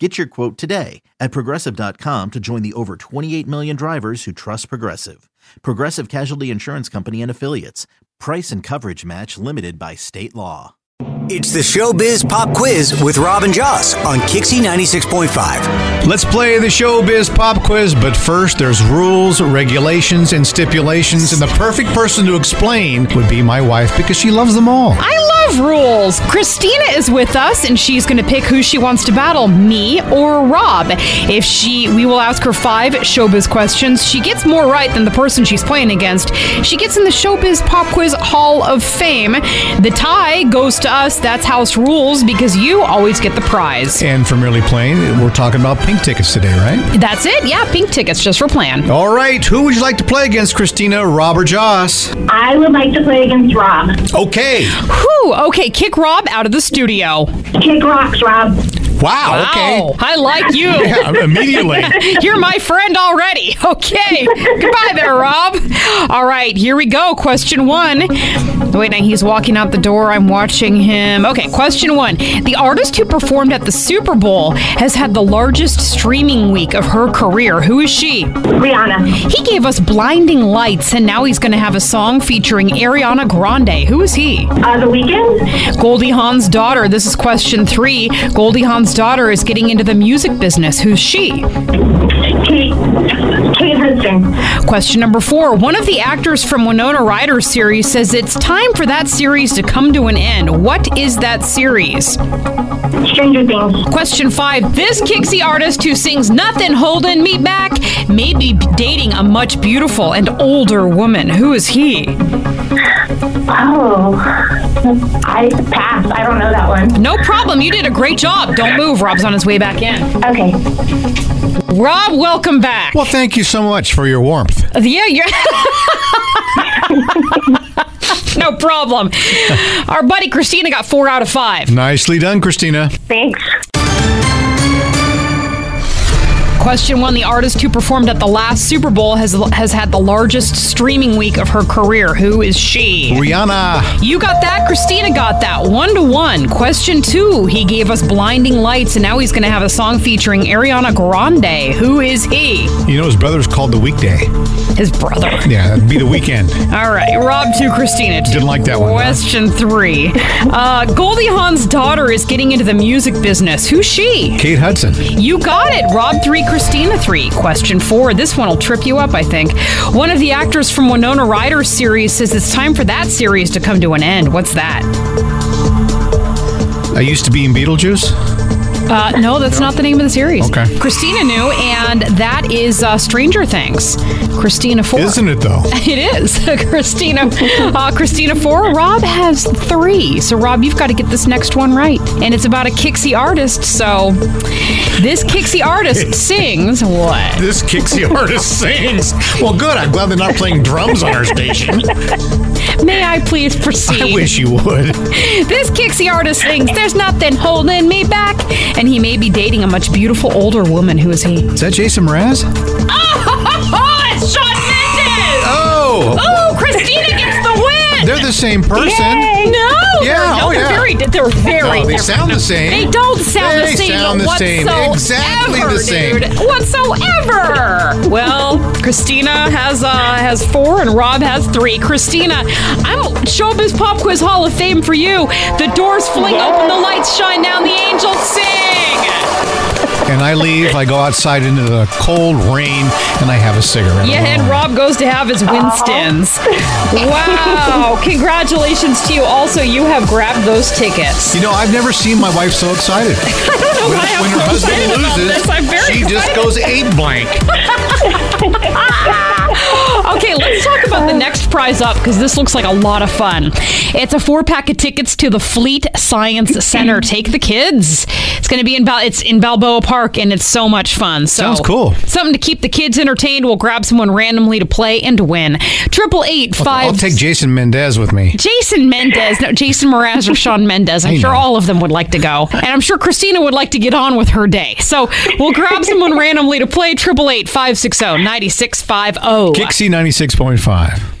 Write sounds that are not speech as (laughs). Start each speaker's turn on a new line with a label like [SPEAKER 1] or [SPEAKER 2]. [SPEAKER 1] Get your quote today at progressive.com to join the over 28 million drivers who trust Progressive. Progressive Casualty Insurance Company and Affiliates. Price and coverage match limited by state law.
[SPEAKER 2] It's the Showbiz Pop Quiz with Robin Joss on Kixie 96.5.
[SPEAKER 3] Let's play the showbiz pop quiz, but first there's rules, regulations, and stipulations, and the perfect person to explain would be my wife because she loves them all.
[SPEAKER 4] I love rules. Christina is with us and she's going to pick who she wants to battle, me or Rob. If she we will ask her 5 showbiz questions. She gets more right than the person she's playing against. She gets in the Showbiz Pop Quiz Hall of Fame. The tie goes to us. That's house rules because you always get the prize.
[SPEAKER 3] And for merely playing, we're talking about pink tickets today, right?
[SPEAKER 4] That's it. Yeah, pink tickets just for plan.
[SPEAKER 3] All right, who would you like to play against, Christina, Rob, or Joss?
[SPEAKER 5] I would like to play against Rob.
[SPEAKER 3] Okay.
[SPEAKER 4] Whew. Okay, kick Rob out of the studio.
[SPEAKER 5] Kick rocks, Rob.
[SPEAKER 3] Wow,
[SPEAKER 4] Wow. I like you.
[SPEAKER 3] (laughs) okay. Yeah, immediately.
[SPEAKER 4] (laughs) You're my friend already. (laughs) Okay. Goodbye there, Rob. All right, here we go. Question one. Oh, Wait, now he's walking out the door. I'm watching him. Okay, question one. The artist who performed at the Super Bowl has had the largest streaming week of her career. Who is she?
[SPEAKER 5] Rihanna.
[SPEAKER 4] He gave us Blinding Lights, and now he's going to have a song featuring Ariana Grande. Who is he?
[SPEAKER 5] Uh, the weekend.
[SPEAKER 4] Goldie Hawn's daughter. This is question three. Goldie Hawn's daughter is getting into the music business. Who's she?
[SPEAKER 5] Kate. Kate Hudson.
[SPEAKER 4] Question number four. One of the actors from Winona Ryder's series says it's time for that series to come to an end. What is that series?
[SPEAKER 5] Stranger Things.
[SPEAKER 4] Question five. This Kixie artist who sings Nothing Holding Me Back may be dating a much beautiful and older woman. Who is he?
[SPEAKER 5] Oh. I pass. I don't know that one.
[SPEAKER 4] No problem. You did a great job. Don't move. Rob's on his way back in.
[SPEAKER 5] Okay.
[SPEAKER 4] Rob, welcome back. Uh,
[SPEAKER 3] Well, thank you so much for your warmth.
[SPEAKER 4] Yeah, you're. (laughs) no problem. Our buddy Christina got four out of five.
[SPEAKER 3] Nicely done, Christina.
[SPEAKER 5] Thanks.
[SPEAKER 4] Question one: The artist who performed at the last Super Bowl has has had the largest streaming week of her career. Who is she?
[SPEAKER 3] Rihanna.
[SPEAKER 4] You got that. Christina got that. One to one. Question two: He gave us "Blinding Lights," and now he's going to have a song featuring Ariana Grande. Who is he?
[SPEAKER 3] You know, his brother's called The Weekday.
[SPEAKER 4] His brother.
[SPEAKER 3] Yeah, that'd be The Weekend.
[SPEAKER 4] All right, Rob two, Christina two.
[SPEAKER 3] Didn't like that one, huh?
[SPEAKER 4] Question three: uh, Goldie Hawn's daughter is getting into the music business. Who's she?
[SPEAKER 3] Kate Hudson.
[SPEAKER 4] You got it. Rob 3, Christina 3. Question 4. This one will trip you up, I think. One of the actors from Winona Ryder's series says it's time for that series to come to an end. What's that?
[SPEAKER 3] I used to be in Beetlejuice.
[SPEAKER 4] Uh, no, that's not the name of the series.
[SPEAKER 3] Okay.
[SPEAKER 4] Christina knew, and that is uh, Stranger Things. Christina 4.
[SPEAKER 3] Isn't it, though?
[SPEAKER 4] (laughs) It is. (laughs) Christina uh, Christina 4. Rob has 3. So, Rob, you've got to get this next one right. And it's about a Kixie artist. So, this Kixie artist
[SPEAKER 3] (laughs)
[SPEAKER 4] sings what?
[SPEAKER 3] This Kixie artist sings. Well, good. I'm glad they're not playing drums on our
[SPEAKER 4] (laughs)
[SPEAKER 3] station.
[SPEAKER 4] May I please proceed?
[SPEAKER 3] I wish you would.
[SPEAKER 4] This Kixie artist sings, There's nothing holding me back. And he may be dating a much beautiful older woman. Who is he?
[SPEAKER 3] Is that Jason Mraz?
[SPEAKER 4] Oh, (laughs) it's Sean Mendes!
[SPEAKER 3] Oh,
[SPEAKER 4] Oh, Christina gets the win!
[SPEAKER 3] they're the same person.
[SPEAKER 4] No!
[SPEAKER 3] Yeah,
[SPEAKER 4] they're,
[SPEAKER 3] oh,
[SPEAKER 4] they're
[SPEAKER 3] yeah.
[SPEAKER 4] very, they're very
[SPEAKER 3] No, they
[SPEAKER 4] different.
[SPEAKER 3] sound the same.
[SPEAKER 4] They don't sound
[SPEAKER 3] They
[SPEAKER 4] the same.
[SPEAKER 3] sound the same.
[SPEAKER 4] whatsoever,
[SPEAKER 3] Exactly the same.
[SPEAKER 4] Dude. Whatsoever. well, Christina has uh has four and Rob has three. Christina, I'm Showbiz Pop Quiz Hall of Fame for you. The doors fling open, the lights shine down, the angels sing.
[SPEAKER 3] And I leave. I go outside into the cold rain, and I have a cigarette.
[SPEAKER 4] Yeah, and Rob goes to have his Winston's. (laughs) Wow. Congratulations to you. Also, you have grabbed those tickets.
[SPEAKER 3] You know, I've never seen my wife so
[SPEAKER 4] (laughs)
[SPEAKER 3] excited.
[SPEAKER 4] I don't know
[SPEAKER 3] When,
[SPEAKER 4] why I'm
[SPEAKER 3] when her
[SPEAKER 4] so
[SPEAKER 3] husband
[SPEAKER 4] excited about
[SPEAKER 3] loses,
[SPEAKER 4] this. I'm very
[SPEAKER 3] she just
[SPEAKER 4] excited.
[SPEAKER 3] goes eight blank.
[SPEAKER 4] Okay, let's talk about the next prize up because this looks like a lot of fun. It's a four pack of tickets to the Fleet Science
[SPEAKER 3] (clears throat)
[SPEAKER 4] Center. Take the kids. It's going to be in Bal- it's in Balboa Park and it's so much fun. So
[SPEAKER 3] Sounds cool.
[SPEAKER 4] Something to keep the kids entertained. We'll grab someone randomly to play and to win. Triple eight five.
[SPEAKER 3] I'll take Jason Mendez with me.
[SPEAKER 4] Jason Mendez, no, Jason Mraz or Sean Mendez. I'm
[SPEAKER 3] I
[SPEAKER 4] sure
[SPEAKER 3] know.
[SPEAKER 4] all of them would like to go. And I'm sure Christina would like to get on with her day. So we'll
[SPEAKER 3] (laughs)
[SPEAKER 4] grab someone randomly to play 888 560 9650.
[SPEAKER 3] Kixie 96.5.